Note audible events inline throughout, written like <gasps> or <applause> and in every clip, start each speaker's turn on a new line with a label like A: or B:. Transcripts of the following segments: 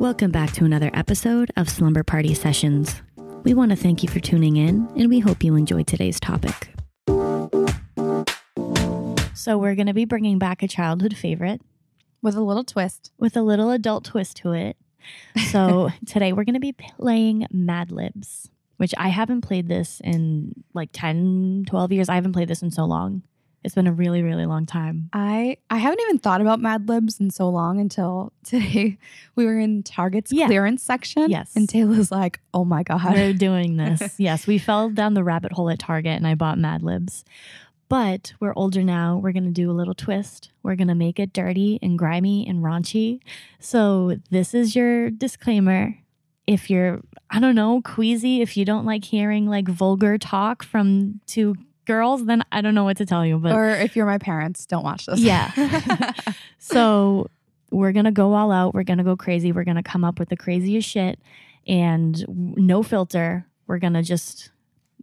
A: Welcome back to another episode of Slumber Party Sessions. We want to thank you for tuning in, and we hope you enjoyed today's topic. So, we're going to be bringing back a childhood favorite
B: with a little twist.
A: with a little adult twist to it. So, today we're going to be playing Mad Libs, which I haven't played this in like 10, 12 years. I haven't played this in so long. It's been a really, really long time.
B: I I haven't even thought about Mad Libs in so long until <laughs> today. We were in Target's
A: Yeah.
B: clearance section.
A: Yes.
B: and Taylor's like, "Oh my god, <laughs>
A: We're doing this. yes, we fell down the rabbit hole at Target and I bought Mad Libs. But we're older now. We're going to do a little twist. We're going to make it dirty and grimy and raunchy. So, this is your disclaimer. If you're, I don't know, queasy, if you don't like hearing like vulgar talk from two girls, then I don't know what to tell you. But
B: or if you're my parents, don't watch this." <laughs>
A: Yeah. so we're gonna go all out. We're gonna go crazy. We're gonna come up with the craziest shit, and w- no filter. We're gonna just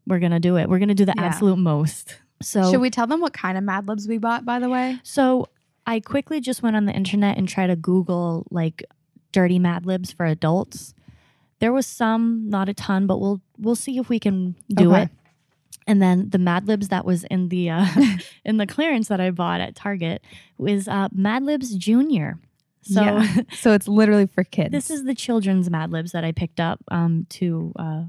A: we're gonna do it. We're gonna do the
B: Yeah.
A: absolute most. So
B: Should we tell them what kind of Mad Libs we bought? By the
A: <laughs>
B: way,
A: So I quickly just went on the internet and tried to Google like dirty Mad Libs for adults. There was some, not a ton, but we'll we'll see if we can do
B: Okay.
A: it. And then the Mad Libs that was in the
B: <laughs>
A: uh, in the clearance that I bought at Target was uh, Mad Libs Junior. So
B: Yeah. so it's literally for kids.
A: this is the children's Mad Libs that I picked up um, to uh,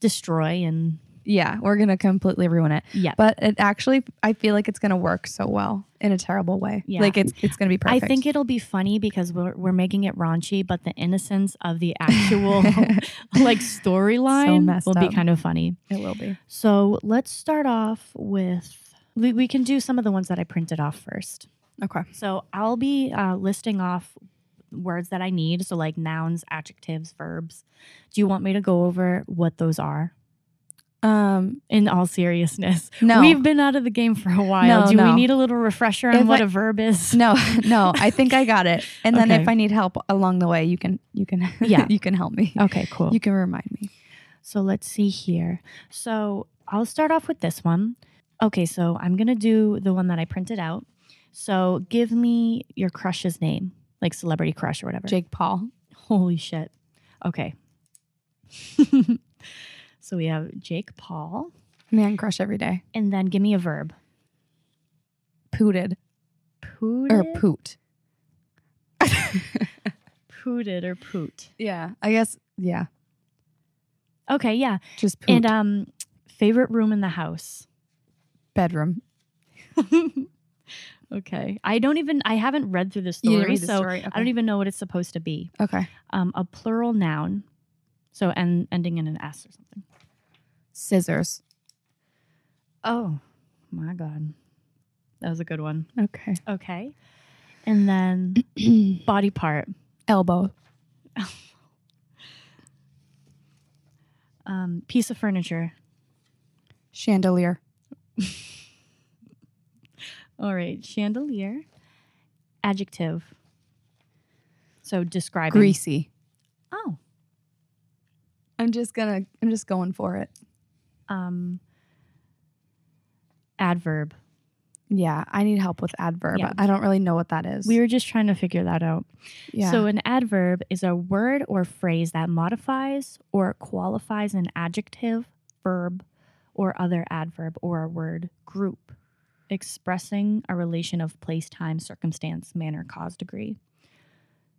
A: destroy and
B: yeah, we're gonna completely ruin it,
A: yeah.
B: but it actually I feel like it's gonna work so well in a terrible way.
A: Yeah.
B: like it's it's gonna be perfect.
A: I
B: <laughs>
A: think it'll be funny because we're we're making it raunchy, but the innocence of the actual <laughs>
B: <laughs>
A: like storyline
B: messed
A: will be
B: up.
A: kind of funny.
B: it
A: <laughs>
B: will be.
A: So let's start off with we, we can do some of the ones that I printed off first.
B: Okay.
A: So I'll be uh, listing off words that I need, so like nouns, adjectives, verbs. Do you want me to go over what those are?
B: Um.
A: In all seriousness,
B: No.
A: we've been out of the game for a while.
B: No,
A: do we
B: no.
A: need a little refresher on
B: If
A: what
B: I-
A: a verb is?
B: <laughs> No, no, I think I got it. And then
A: Okay.
B: if I need help along the way, you can you can <laughs>
A: Yeah.
B: you can help me.
A: <laughs> Okay, cool.
B: You can remind me.
A: So let's see here. So I'll start off with this one. Okay, so I'm going to do the one that I printed out. So give me your crush's name, like celebrity crush or whatever.
B: Jake Paul.
A: Holy shit. Okay. <laughs> so we have Jake Paul.
B: Man crush every day.
A: And then give me a verb.
B: Pooted.
A: Pooted.
B: Or poot.
A: pooted or poot.
B: Yeah. I guess yeah.
A: Okay, yeah.
B: Just poot.
A: And um favorite room in the house.
B: bedroom.
A: okay. I don't even I haven't read through this story, so I don't
B: even
A: even know what it's supposed to be.
B: Okay.
A: um, a plural noun, so and ending in an s or something.
B: Scissors.
A: Oh my god, that was a good one.
B: Okay.
A: Okay, and then <clears throat> body part.
B: Elbow.
A: Um, piece of furniture.
B: Chandelier.
A: All right, chandelier. Adjective. So describing.
B: Greasy.
A: Oh,
B: I'm just gonna I'm just going for it.
A: um, adverb.
B: Yeah. I need help with adverb.
A: Yeah.
B: I don't really know what that is.
A: We were just trying to figure that out.
B: yeah.
A: So, an adverb is a word or phrase that modifies or qualifies an adjective, verb, or other adverb or a word group, expressing a relation of place, time, circumstance, manner, cause, degree.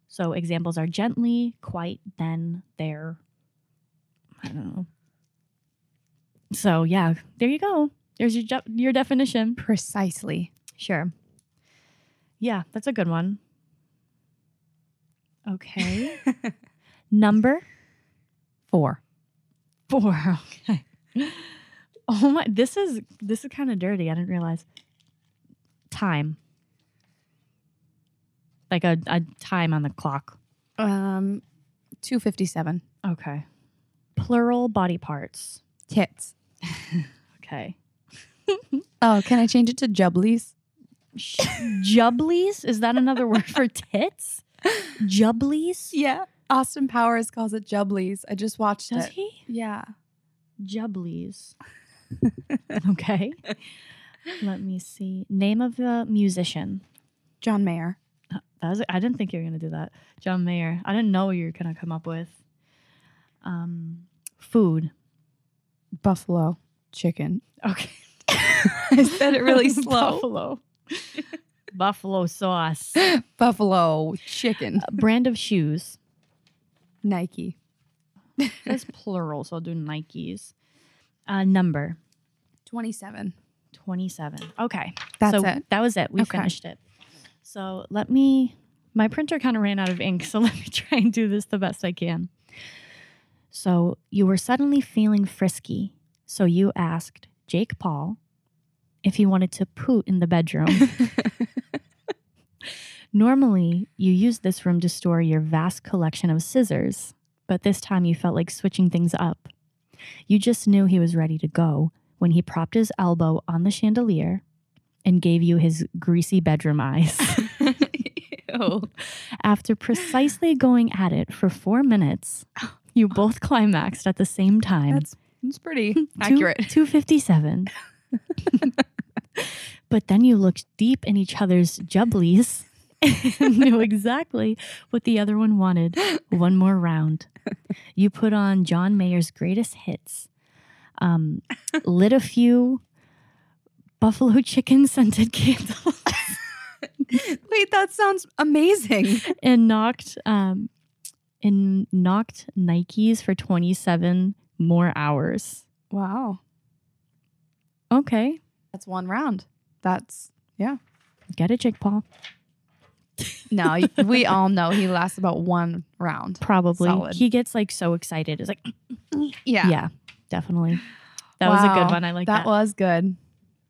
A: So, examples are gently, quite, then, there. I don't know. So, yeah, there you go. There's your ju- your definition.
B: precisely.
A: Sure. Yeah, that's a good one. <laughs> Okay. Number
B: Four.
A: <laughs> four. Okay. Oh my this is this is kind of dirty. I didn't realize. Time. Like a, a time on the clock.
B: Um two fifty seven.
A: Okay. Plural body parts.
B: Tits.
A: Okay.
B: Oh, can I change it to jubblies?
A: Sh- Jubblies? Is that another <laughs> word for tits? Jubblies?
B: Yeah. Austin Powers calls it jubblies. I just watched
A: Does
B: it.
A: he?
B: Yeah. <laughs>
A: Jubblies. okay. Let me see. Name of a musician.
B: John Mayer.
A: That was, I didn't think you were going to do that. John Mayer. I didn't know you were going to come up with um, food.
B: Buffalo chicken.
A: Okay.
B: <laughs> I said
A: <laughs>
B: it really slow.
A: Buffalo. Buffalo sauce.
B: Buffalo chicken.
A: Brand of shoes.
B: Uh, Nike.
A: That's plural, so I'll do Nikes. Uh, number
B: 27.
A: 27. Okay.
B: That's
A: so
B: <laughs> it.
A: That was it. We
B: Okay.
A: finished it. So let me, my printer kind of ran out of ink. <laughs> So let me try and do this the best I can. So you were suddenly feeling frisky. So you asked Jake Paul if he wanted to poot in the bedroom.
B: <laughs>
A: Normally, you use this room to store your vast collection of scissors, but this time you felt like switching things up. You just knew he was ready to go when he propped his elbow on the chandelier and gave you his greasy bedroom
B: <laughs>
A: eyes.
B: Ew.
A: After precisely going at it for four minutes,
B: <gasps>
A: you both climaxed at the same time.
B: That's, that's <laughs>
A: <laughs>
B: pretty
A: Two-
B: accurate. <laughs>
A: 257. but then you looked deep in each other's jubblies
B: <laughs>
A: and knew exactly what the other one wanted. One more round. You put on John Mayer's greatest hits,
B: <laughs>
A: um, lit a few buffalo chicken scented candles,
B: Wait, that sounds amazing.
A: and knocked um, and knocked Nikes for 27 more hours.
B: <laughs> Wow.
A: Okay,
B: That's one round. That's
A: get it, Jake Paul.
B: no, we all know he lasts about one round.
A: Probably.
B: Solid.
A: He gets like so excited. It's like, yeah,
B: Yeah.
A: definitely. That was a
B: Wow.
A: good one. I like
B: that,
A: that.
B: was good.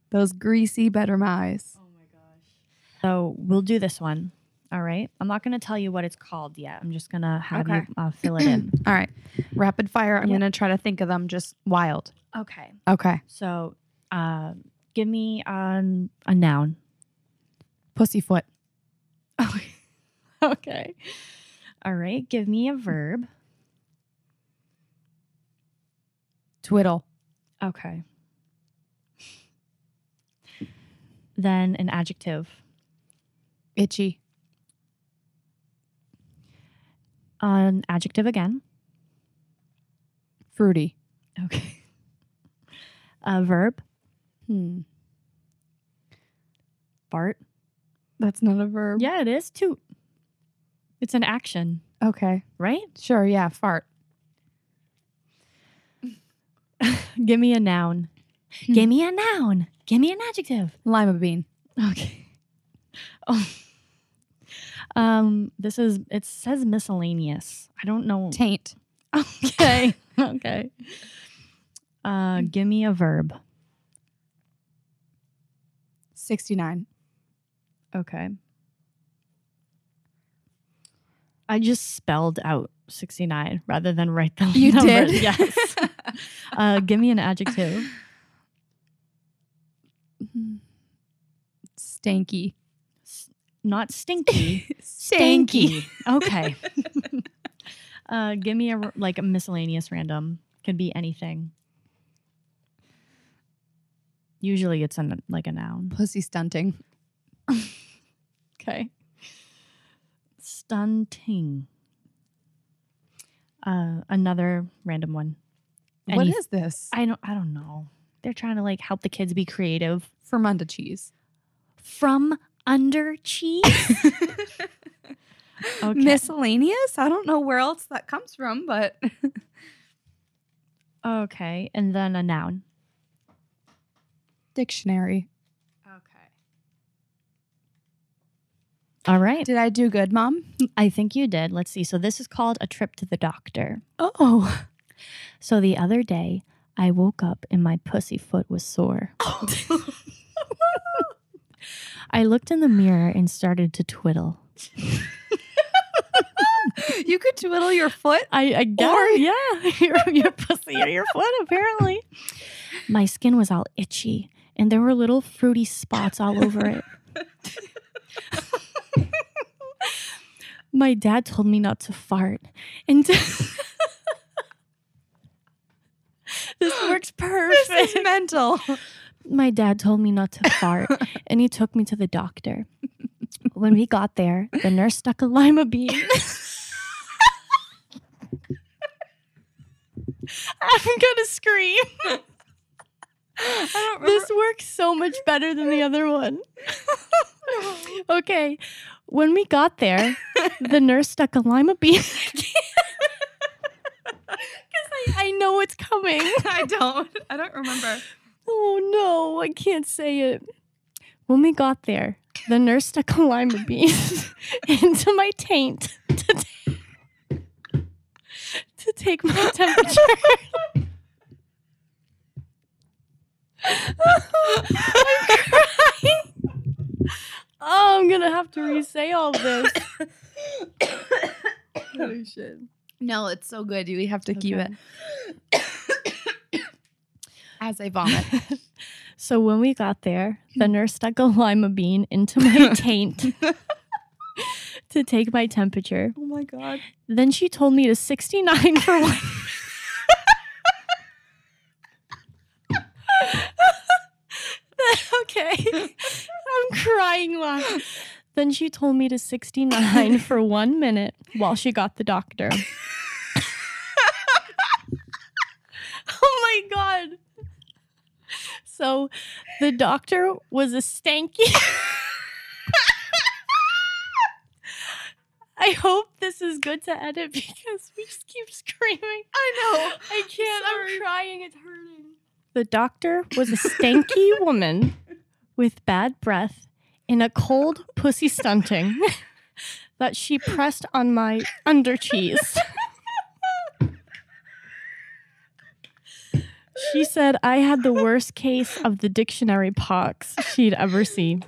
B: Those greasy bedroom eyes.
A: Oh my gosh. So we'll do this one. All right. I'm not going to tell you what it's called yet. I'm just going to have
B: Okay.
A: you uh, fill it in.
B: All right. Rapid fire. I'm
A: Yeah.
B: gonna try to think of them just wild.
A: okay.
B: <clears throat> Okay.
A: So uh, give me um, a noun.
B: Pussyfoot.
A: <laughs> okay. All right. Give me a verb.
B: Twiddle.
A: Okay. Then an adjective.
B: Itchy.
A: An adjective again.
B: Fruity.
A: Okay. A verb.
B: Hmm.
A: Fart.
B: That's not a verb.
A: Yeah, it is toot. It's an action,
B: Okay.
A: right?
B: Sure. Yeah. Fart.
A: Give me a noun. Give me a noun. Give me an adjective.
B: Lima bean.
A: Okay. Oh. Um, this is it says miscellaneous. I don't know.
B: Taint.
A: <laughs> Okay. okay. Uh give me a verb.
B: 69.
A: Okay. I just spelled out 69 rather than write the
B: You
A: number.
B: did?
A: <laughs>
B: <laughs>
A: Yes. uh, give me an adjective.
B: Stanky.
A: S- not stinky.
B: <laughs> Stanky.
A: okay. <laughs> uh, give me a r- like a miscellaneous random. Could be anything. Usually, it's an, like a noun.
B: Pussy stunting.
A: Okay. Stunting. Uh, another random one.
B: what
A: Any-
B: is this?
A: I don't. I don't know. They're trying to like help the kids be creative.
B: Fermunda cheese.
A: From under
B: <laughs>
A: cheese. Okay.
B: Miscellaneous? I don't know where else that comes from, but <laughs>
A: okay, and then a noun.
B: dictionary.
A: Okay. All right.
B: Did I do good, mom?
A: I think you did. Let's see. So, this is called a trip to the doctor.
B: Oh.
A: So, the other day, I woke up and my pussy foot was sore. I looked in the mirror and started to twiddle.
B: you could twiddle your foot. <laughs>
A: I, I guess.
B: Or-
A: yeah. <laughs> Your, your pussy or your foot, apparently. My skin was all itchy and there were little fruity spots all over it. My dad told me not to fart. And <laughs> this works perfect.
B: This is mental.
A: My dad told me not to fart and he took me to the doctor. When we got there, the nurse stuck a lima bean. I'm gonna scream.
B: I don't
A: This works so much better than the other one. Okay. When we got there, the nurse stuck a lima bean. <laughs> Because I, I know it's coming.
B: <laughs> I don't. I don't remember.
A: Oh no, I can't say it. When we got there, the nurse stuck a lima bean <laughs> into my taint to, ta- to take my temperature. <laughs> I'm crying. Oh, I'm gonna have to re-say all this.
B: <laughs>
A: Holy shit.
B: No, it's so good. We have to keep
A: Okay.
B: it <coughs> as I vomit.
A: So when we got there, the nurse stuck a lima bean into my taint <laughs> to take my temperature.
B: <laughs> oh my god.
A: Then she told me to 69 for one. <laughs> okay. I'm crying laughing. Then she told me to 69 for one minute while she got the doctor. <laughs> oh my God. So the doctor was a stanky. <laughs> I hope this is good to edit because we just keep screaming.
B: I know.
A: I can't.
B: Sorry.
A: I'm crying. It's hurting. The doctor was a <laughs> stanky woman with bad breath in a cold pussy <laughs> stunting that she pressed on my under cheese. She said I had the worst case of the dictionary pox she'd ever seen.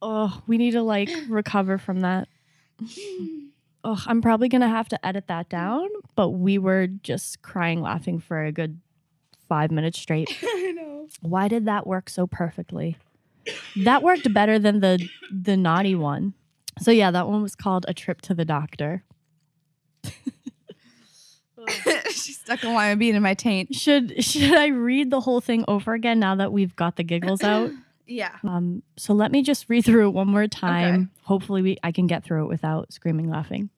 A: Oh, we need to like recover from that. Oh, I'm probably gonna have to edit that down, but we were just crying laughing for a good five minutes straight.
B: <laughs> <laughs> I know.
A: Why did that work so perfectly? That worked better than the the naughty one. So yeah, that one was called a trip to the doctor.
B: she stuck a lima bean in my taint.
A: Should <laughs> should I read the whole thing over again now that we've got the giggles out?
B: Yeah.
A: Um, so let me just read <laughs> through it one more time. Hopefully, we, I can get through it without screaming laughing.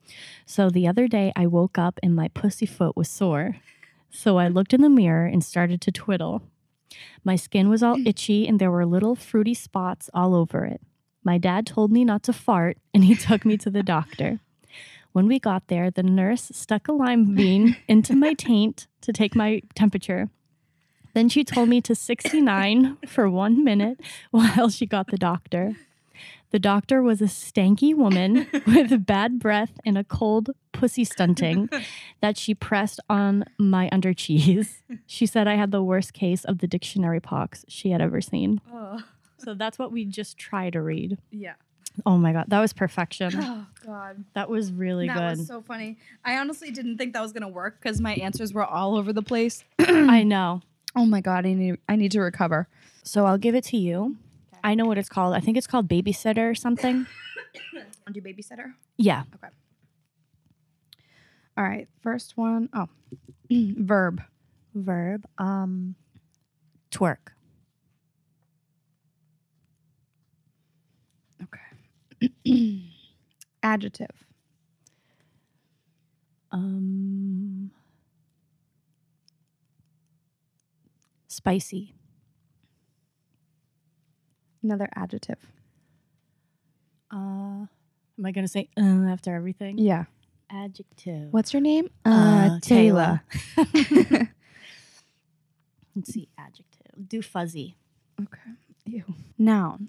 A: So the other day, I woke up and my pussy foot was sore. So I looked in the mirror and started to twiddle. My skin was all itchy and there were little fruity spots all over it. My dad told me not to fart and he took me to the doctor. When we got there, the nurse stuck a lime bean into my taint to take my temperature. Then she told me to 69 for one minute <laughs> while she got the doctor. The doctor was a stanky woman
B: <laughs>
A: with bad breath and a cold pussy
B: <laughs>
A: stunting that she pressed on my under cheese. She said I had the worst case of the dictionary pox she had ever seen.
B: Oh.
A: So that's what we just try to read.
B: <sighs> Yeah.
A: Oh my God, that was perfection.
B: Oh god.
A: That was really
B: that
A: good.
B: was so funny. I honestly didn't think that was gonna work because my answers were all over the place.
A: I know.
B: Oh my god, I need I need to recover.
A: So I'll give it to you. I know what it's called. I think it's called babysitter or something.
B: <laughs> Wanna do babysitter?
A: Yeah.
B: All right, first one. Oh, <clears throat> verb.
A: Verb. Um twerk.
B: Okay. Adjective.
A: Um spicy.
B: Another adjective.
A: Uh am I gonna say uh, after everything?
B: Yeah.
A: Adjective.
B: What's your name?
A: Uh, Taylor.
B: Taylor.
A: <laughs> Let's see, adjective. Do fuzzy.
B: okay. Ew. Noun.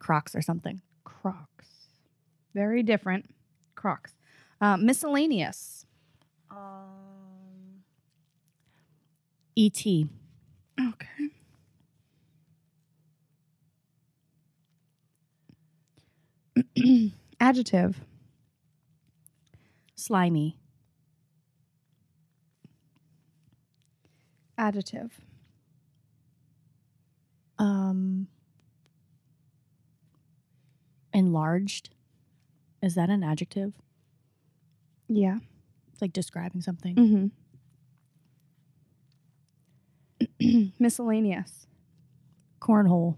A: Crocs or something.
B: Crocs. Very different. Crocs. Uh, miscellaneous.
A: Um ET.
B: Okay. <clears throat> Adjective.
A: Slimy.
B: Adjective.
A: Um enlarged. Is that an adjective?
B: Yeah.
A: It's like describing something.
B: <clears throat> Mm-hmm. miscellaneous.
A: Cornhole.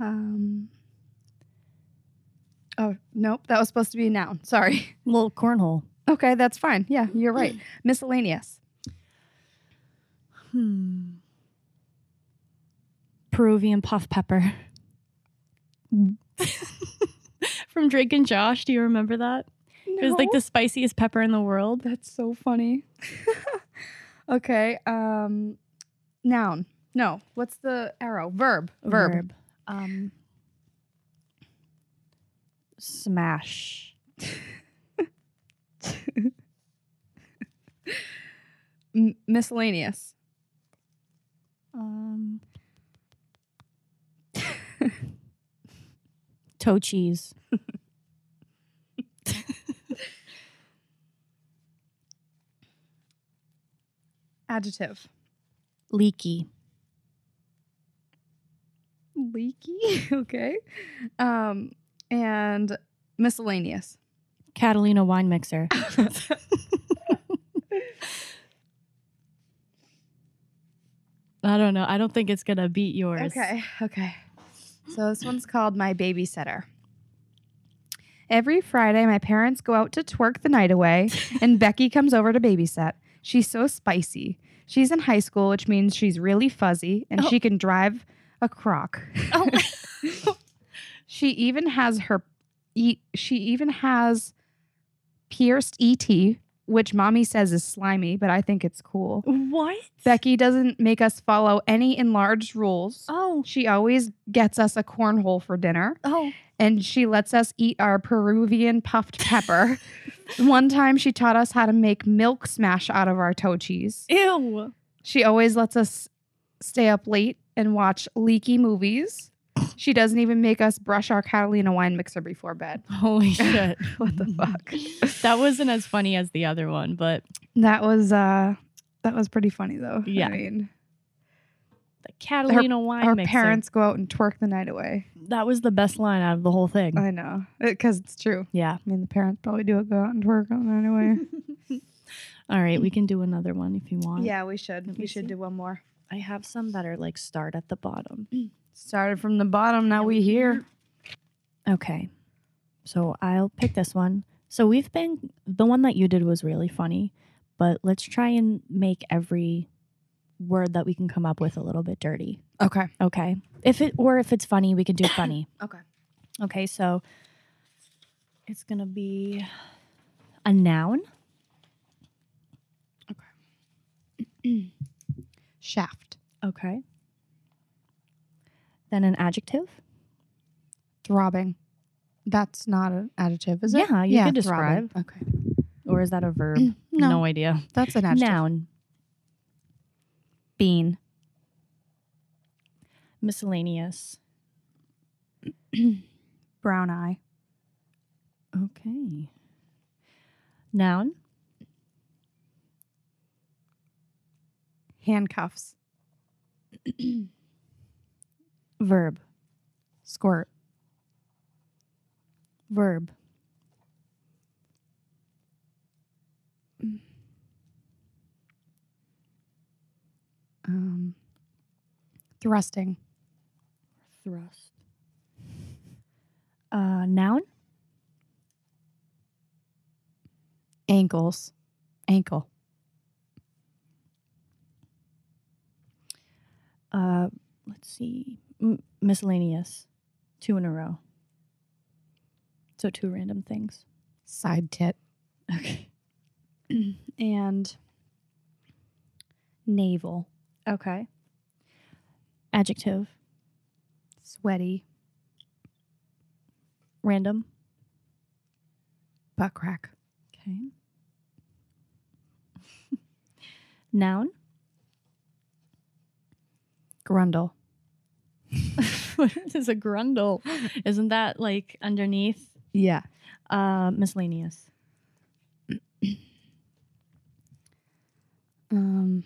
B: Um, oh, nope. That was supposed to be a noun. Sorry. <laughs>
A: Little cornhole.
B: Okay, that's fine. Yeah, you're <gasps> right. Miscellaneous.
A: Hmm. Peruvian puff pepper. <laughs> From Drake and Josh. Do you remember that? It was like
B: No.
A: the spiciest pepper in the world.
B: That's so funny. <laughs> okay. Um, noun. No. What's the arrow? Verb. Verb.
A: Um, smash.
B: M- miscellaneous.
A: Um, <laughs> toe cheese.
B: Adjective.
A: Leaky.
B: Leaky. <laughs> okay. Um, and <laughs> miscellaneous.
A: Catalina wine mixer. I don't know. I don't think it's gonna beat yours. <laughs>
B: Okay, okay. So this one's called My Babysitter. Every Friday, my parents go out to twerk the night away, and Becky comes over to babysit. She's so spicy. She's in high school, which means she's really fuzzy and
A: Oh.
B: she can drive a crock.
A: Oh.
B: <laughs> she even has her, e- she even has pierced ET, which mommy says is slimy, but I think it's cool.
A: What?
B: Becky doesn't make us follow any enlarged rules.
A: Oh.
B: She always gets us a cornhole for dinner
A: Oh.
B: and she lets us eat our Peruvian
A: <laughs>
B: puffed pepper. One time she taught us how to make milk smash out of our toe cheese.
A: Ew.
B: She always lets us stay up late and watch leaky movies. She doesn't even make us brush our Catalina wine mixer before bed. <laughs>
A: <laughs> Holy shit.
B: What the fuck?
A: that wasn't as funny as the other one, but
B: That was uh that was pretty funny though.
A: Yeah.
B: I mean,
A: the Catalina wine
B: our
A: mixer.
B: parents go out and twerk the night away.
A: That was the best line out of the whole thing.
B: I know. Because it's true.
A: yeah.
B: I mean, the parents probably do it, go out and twerk on that anyway.
A: All right, we can do another one if you want.
B: yeah, we should.
A: Let
B: We
A: me
B: should
A: see.
B: do one more.
A: I have some that are like start at the bottom.
B: Started from the bottom, now we here.
A: Okay. So I'll pick this one. So we've been the one that you did was really funny, but let's try and make every word that we can come up with a little bit dirty.
B: Okay.
A: Okay. If it or if it's funny, we can do it
B: <coughs>
A: funny.
B: Okay.
A: Okay, so it's gonna be a noun.
B: Shaft.
A: Okay. Then an adjective.
B: Throbbing. That's not an adjective, is it?
A: Yeah, you could
B: throbbing. Okay.
A: Or is that a verb?
B: Mm, No,
A: idea.
B: that's an adjective.
A: Noun.
B: Bean.
A: Miscellaneous.
B: Brown eye.
A: Okay. Noun.
B: Handcuffs.
A: Verb.
B: Squirt.
A: Verb.
B: Um, thrusting.
A: Thrust. Uh, noun.
B: Ankles. Ankle.
A: Uh, let's see. M- miscellaneous. Two in a row. So two random things.
B: Side tit.
A: Okay.
B: <clears throat> And navel.
A: Okay. Adjective.
B: Sweaty.
A: Random.
B: Butt crack.
A: Okay. <laughs> Noun. <laughs>
B: Grundle.
A: what is a grundle? Isn't that like underneath
B: Yeah.
A: uh, miscellaneous?
B: Um,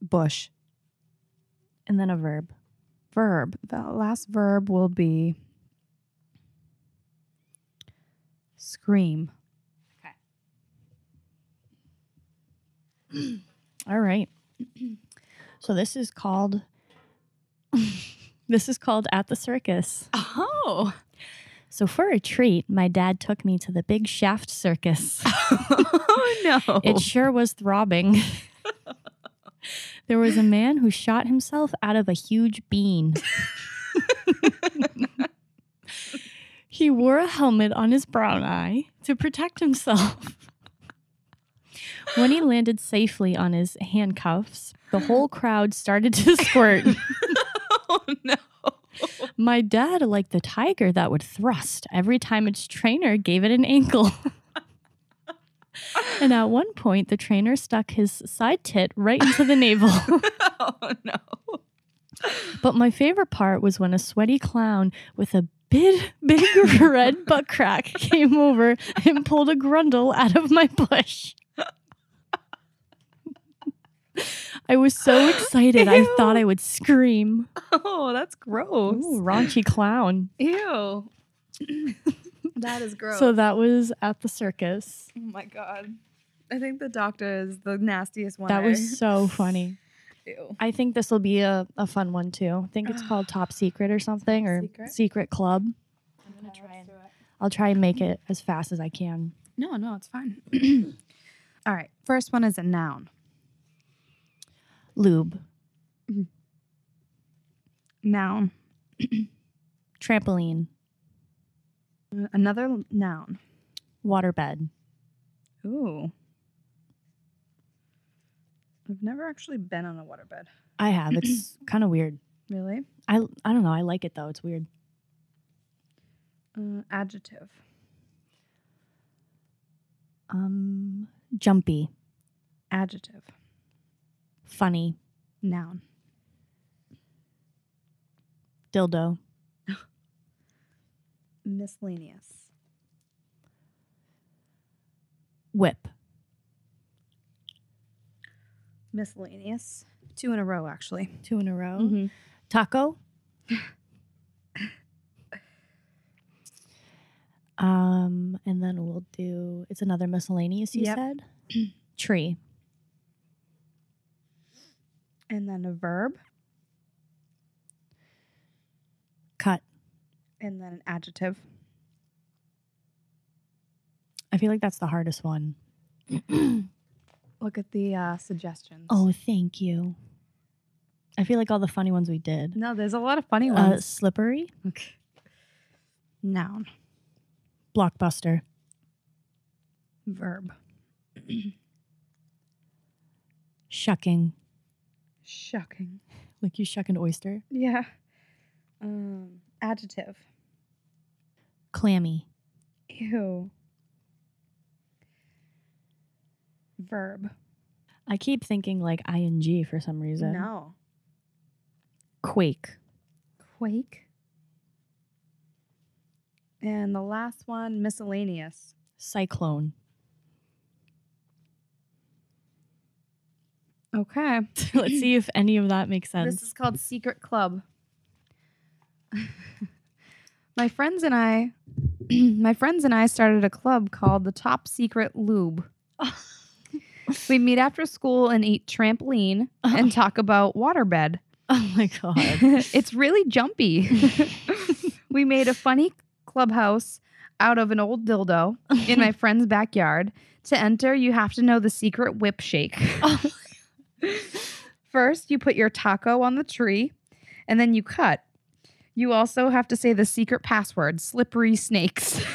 B: bush.
A: And then a verb. Verb.
B: The last verb will be <laughs> scream.
A: All right. So this is called <laughs> this is called at the circus.
C: Oh.
A: So for a treat, my dad took me to the Big Shaft Circus.
C: oh no.
B: <laughs>
A: It sure was throbbing. there was a man who shot himself out of a huge bean. he wore a helmet on his brown eye to protect himself. when he landed safely on his handcuffs, the whole crowd started to squirt.
C: oh
B: <laughs>
C: no.
A: My dad, like the tiger that would thrust every time its trainer gave it an ankle. and at one point, the trainer stuck his side tit right into the navel.
C: Oh no.
A: But my favorite part was when a sweaty clown with a big, big <laughs> red butt crack came over and pulled a grundle out of my bush. I was so excited, I thought I would scream.
C: Oh, that's gross.
A: Ooh, raunchy clown.
C: Ew.
B: <laughs> That is gross.
A: So that was at the circus.
B: oh my god. I think the doctor is the nastiest one.
A: That
B: I-
A: was so funny.
B: Ew.
A: I think this will be a, a fun one too. I think it's <gasps> called Top Secret or something or
B: Secret?
A: Secret, Club. I'm gonna try and I'll try and make it as fast as I can.
B: No, no, it's fine. <clears throat> All right. First one is a noun.
A: Lube,
B: Noun.
A: trampoline,
B: Another l- noun.
A: waterbed,
B: Ooh. I've never actually been on a waterbed.
A: I have. <clears throat> It's kind of weird.
B: Really?
A: I I don't know. I like it though. It's weird.
B: Uh, adjective.
A: Um, jumpy,
B: Adjective.
A: funny,
B: Noun.
A: dildo,
B: Miscellaneous.
A: whip,
B: Miscellaneous. Two in a row, actually.
A: two in a row,
B: Mm-hmm.
A: taco. <laughs> um, and then we'll do. It's another miscellaneous. You
B: Yep.
A: said <clears throat> tree.
B: And then a verb.
A: cut.
B: And then an adjective.
A: I feel like that's the hardest one.
B: Look at the uh, suggestions.
A: Oh, thank you. I feel like all the funny ones we did.
B: No, there's a lot of funny
A: Uh,
B: ones.
A: slippery,
B: okay. Noun.
A: blockbuster,
B: Verb.
A: shucking,
B: Shocking.
A: like you shuck an oyster,
B: Yeah. Um, adjective.
A: clammy,
B: Ew. Verb.
A: I keep thinking like ing for some reason.
B: No.
A: Quake.
B: Quake. And the last one, miscellaneous.
A: Cyclone. <laughs>
B: Okay.
A: Let's <laughs> see if any of that makes
B: This
A: sense.
B: is called Secret Club. <laughs> my friends and I <clears throat> my friends and I started a club called the Top Secret <laughs> Lube. we meet after school and eat trampoline <laughs> and talk about waterbed.
A: oh my god.
B: it's really jumpy. we made a funny clubhouse out of an old dildo in my friend's backyard. To enter, you have to know the secret whip shake. First, you put your taco on the tree and then you cut. You also have to say the secret password, slippery snakes. <laughs>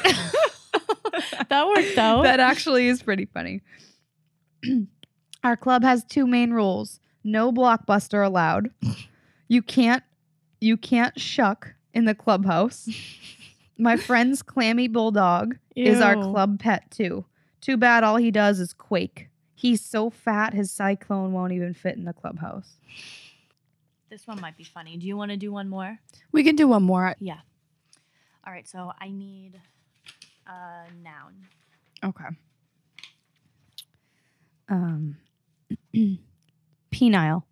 A: <laughs> that worked out.
B: That actually is pretty funny. <clears throat> Our club has two main rules. No blockbuster allowed. You can't you can't shuck in the clubhouse. My friend's clammy bulldog is our
A: Ew.
B: club pet too. Too bad all he does is quake. He's so fat his cyclone won't even fit in the clubhouse.
A: This one might be funny. Do you want to do one more?
C: We can do one more.
A: Yeah. All right, so I need a noun.
B: Okay. Um <clears throat> penile.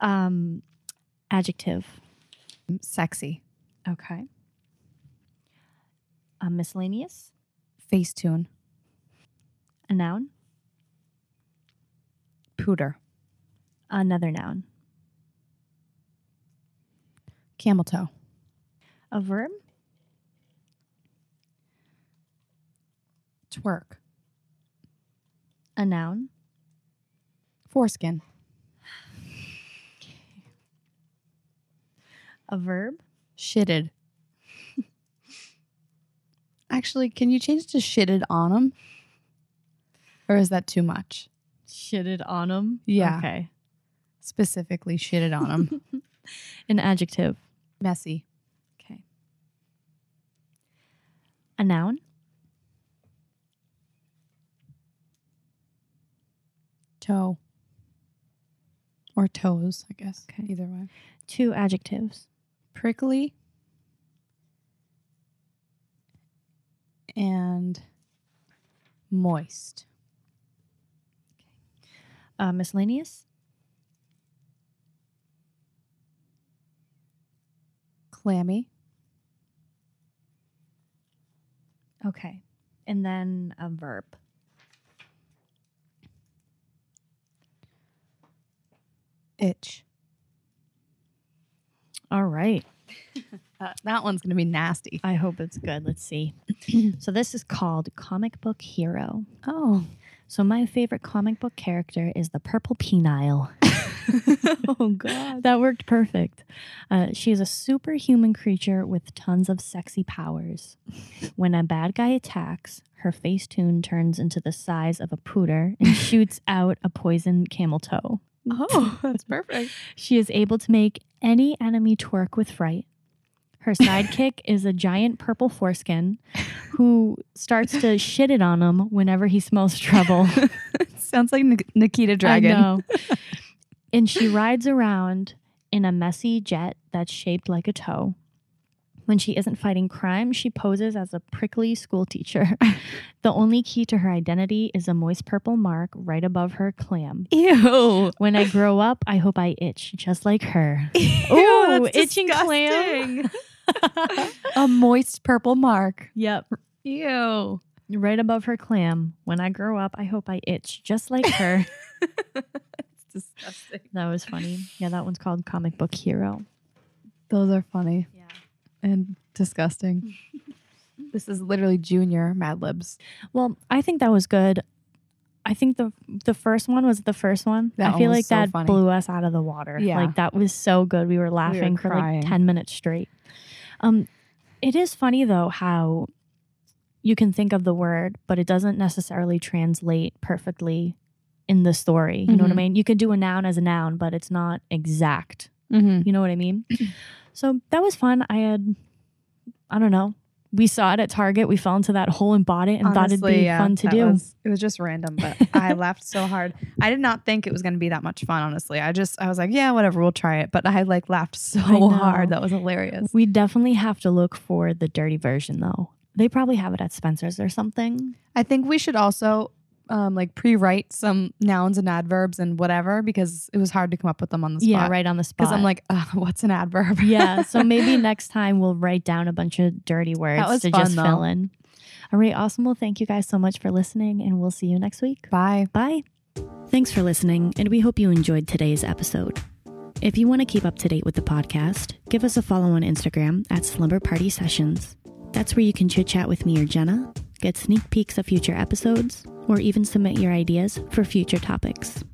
A: Um adjective.
B: Sexy.
A: Okay. A miscellaneous,
B: Facetune.
A: a noun,
B: Pooter.
A: Another noun.
B: Camel toe.
A: A verb.
B: Twerk.
A: A noun.
B: Foreskin.
A: A verb.
B: Shitted. <laughs> Actually, can you change it to shitted on him? Or is that too much?
A: Shitted on them.
B: Yeah.
A: Okay.
B: Specifically, shitted on him.
A: An adjective.
B: Messy.
A: Okay. A noun.
B: Toe. Or toes, I guess.
A: Okay.
B: Either way.
A: Two adjectives.
B: Prickly. And moist.
A: Uh, miscellaneous.
B: Clammy.
A: Okay. And then a verb.
B: Itch.
A: All right.
B: Uh, that one's going to
A: <laughs>
B: be nasty. <laughs>
A: I hope it's good. Let's <clears throat> see. so this is called comic book hero.
B: Oh.
A: So my favorite comic book character is the purple penile.
B: oh,
A: <laughs>
B: God.
A: That worked perfect. Uh, she is a superhuman creature with tons of sexy powers. When a bad guy attacks, her Facetune turns into the size of a pooter and <laughs> shoots out a poisoned camel toe.
B: <laughs> Oh, that's perfect.
A: She is able to make any enemy twerk with fright. Her sidekick is a giant purple foreskin who starts to shit it on him whenever he smells trouble.
B: Sounds like Nik- Nikita Dragon.
A: I know. and she rides around in a messy jet that's shaped like a toe. When she isn't fighting crime, she poses as a prickly schoolteacher. the only key to her identity is a moist purple mark right above her clam.
B: Ew.
A: When I grow up, I hope I itch just like her.
B: <laughs> Ew,
A: Ooh,
B: that's
A: itching clam. <laughs>
B: disgusting. A moist purple mark.
A: yep.
B: Ew.
A: Right above her clam. When I grow up, I hope I itch just like
B: <laughs>
A: her.
C: It's disgusting.
A: that was funny. Yeah, that one's called Comic Book Hero.
B: Those are funny
A: Yeah.
B: and
A: <laughs>
B: disgusting. this is literally junior Mad Libs.
A: Well, I think that was good. I think the the first one was the first one.
B: That
A: I feel
B: one was
A: like
B: so
A: that
B: funny.
A: blew us out of the water.
B: Yeah.
A: Like that was so good. We were laughing for
B: crying.
A: like 10 minutes straight. Um it is funny though how you can think of the word but it doesn't necessarily translate perfectly in the story. You know what I
B: Mhm.
A: mean? You could do a noun as a noun but it's not exact.
B: Mm-hmm.
A: You know what I mean? so that was fun. I had, I don't know. We saw it at Target. We fell into that hole and bought it and thought it'd be fun to do.
B: Was, it was just random, but
A: <laughs>
B: I laughed so hard. I did not think it was going to be that much fun, honestly. I just, I was like, yeah, whatever, we'll try it. But I like laughed so
A: know.
B: hard. That was hilarious.
A: we definitely have to look for the dirty version though. They probably have it at Spencer's or something.
B: I think we should also um, like pre-write some nouns and adverbs and whatever because it was hard to come up with them on the spot.
A: Yeah, right on the spot.
B: Because I'm like, uh, what's an
A: <laughs>
B: adverb? <laughs>
A: yeah. So maybe next time we'll write down a bunch of dirty words
B: was
A: to
B: fun,
A: just fill
B: though.
A: in. All right, awesome. Well, thank you guys so much for listening, and we'll see you next week.
B: Bye.
A: Bye. Thanks for listening, and we hope you enjoyed today's episode. If you want to keep up to date with the podcast, give us a follow on Instagram at Slumber Party Sessions. That's where you can chit chat with me or Jenna, get sneak peeks of future episodes, or even submit your ideas for future topics.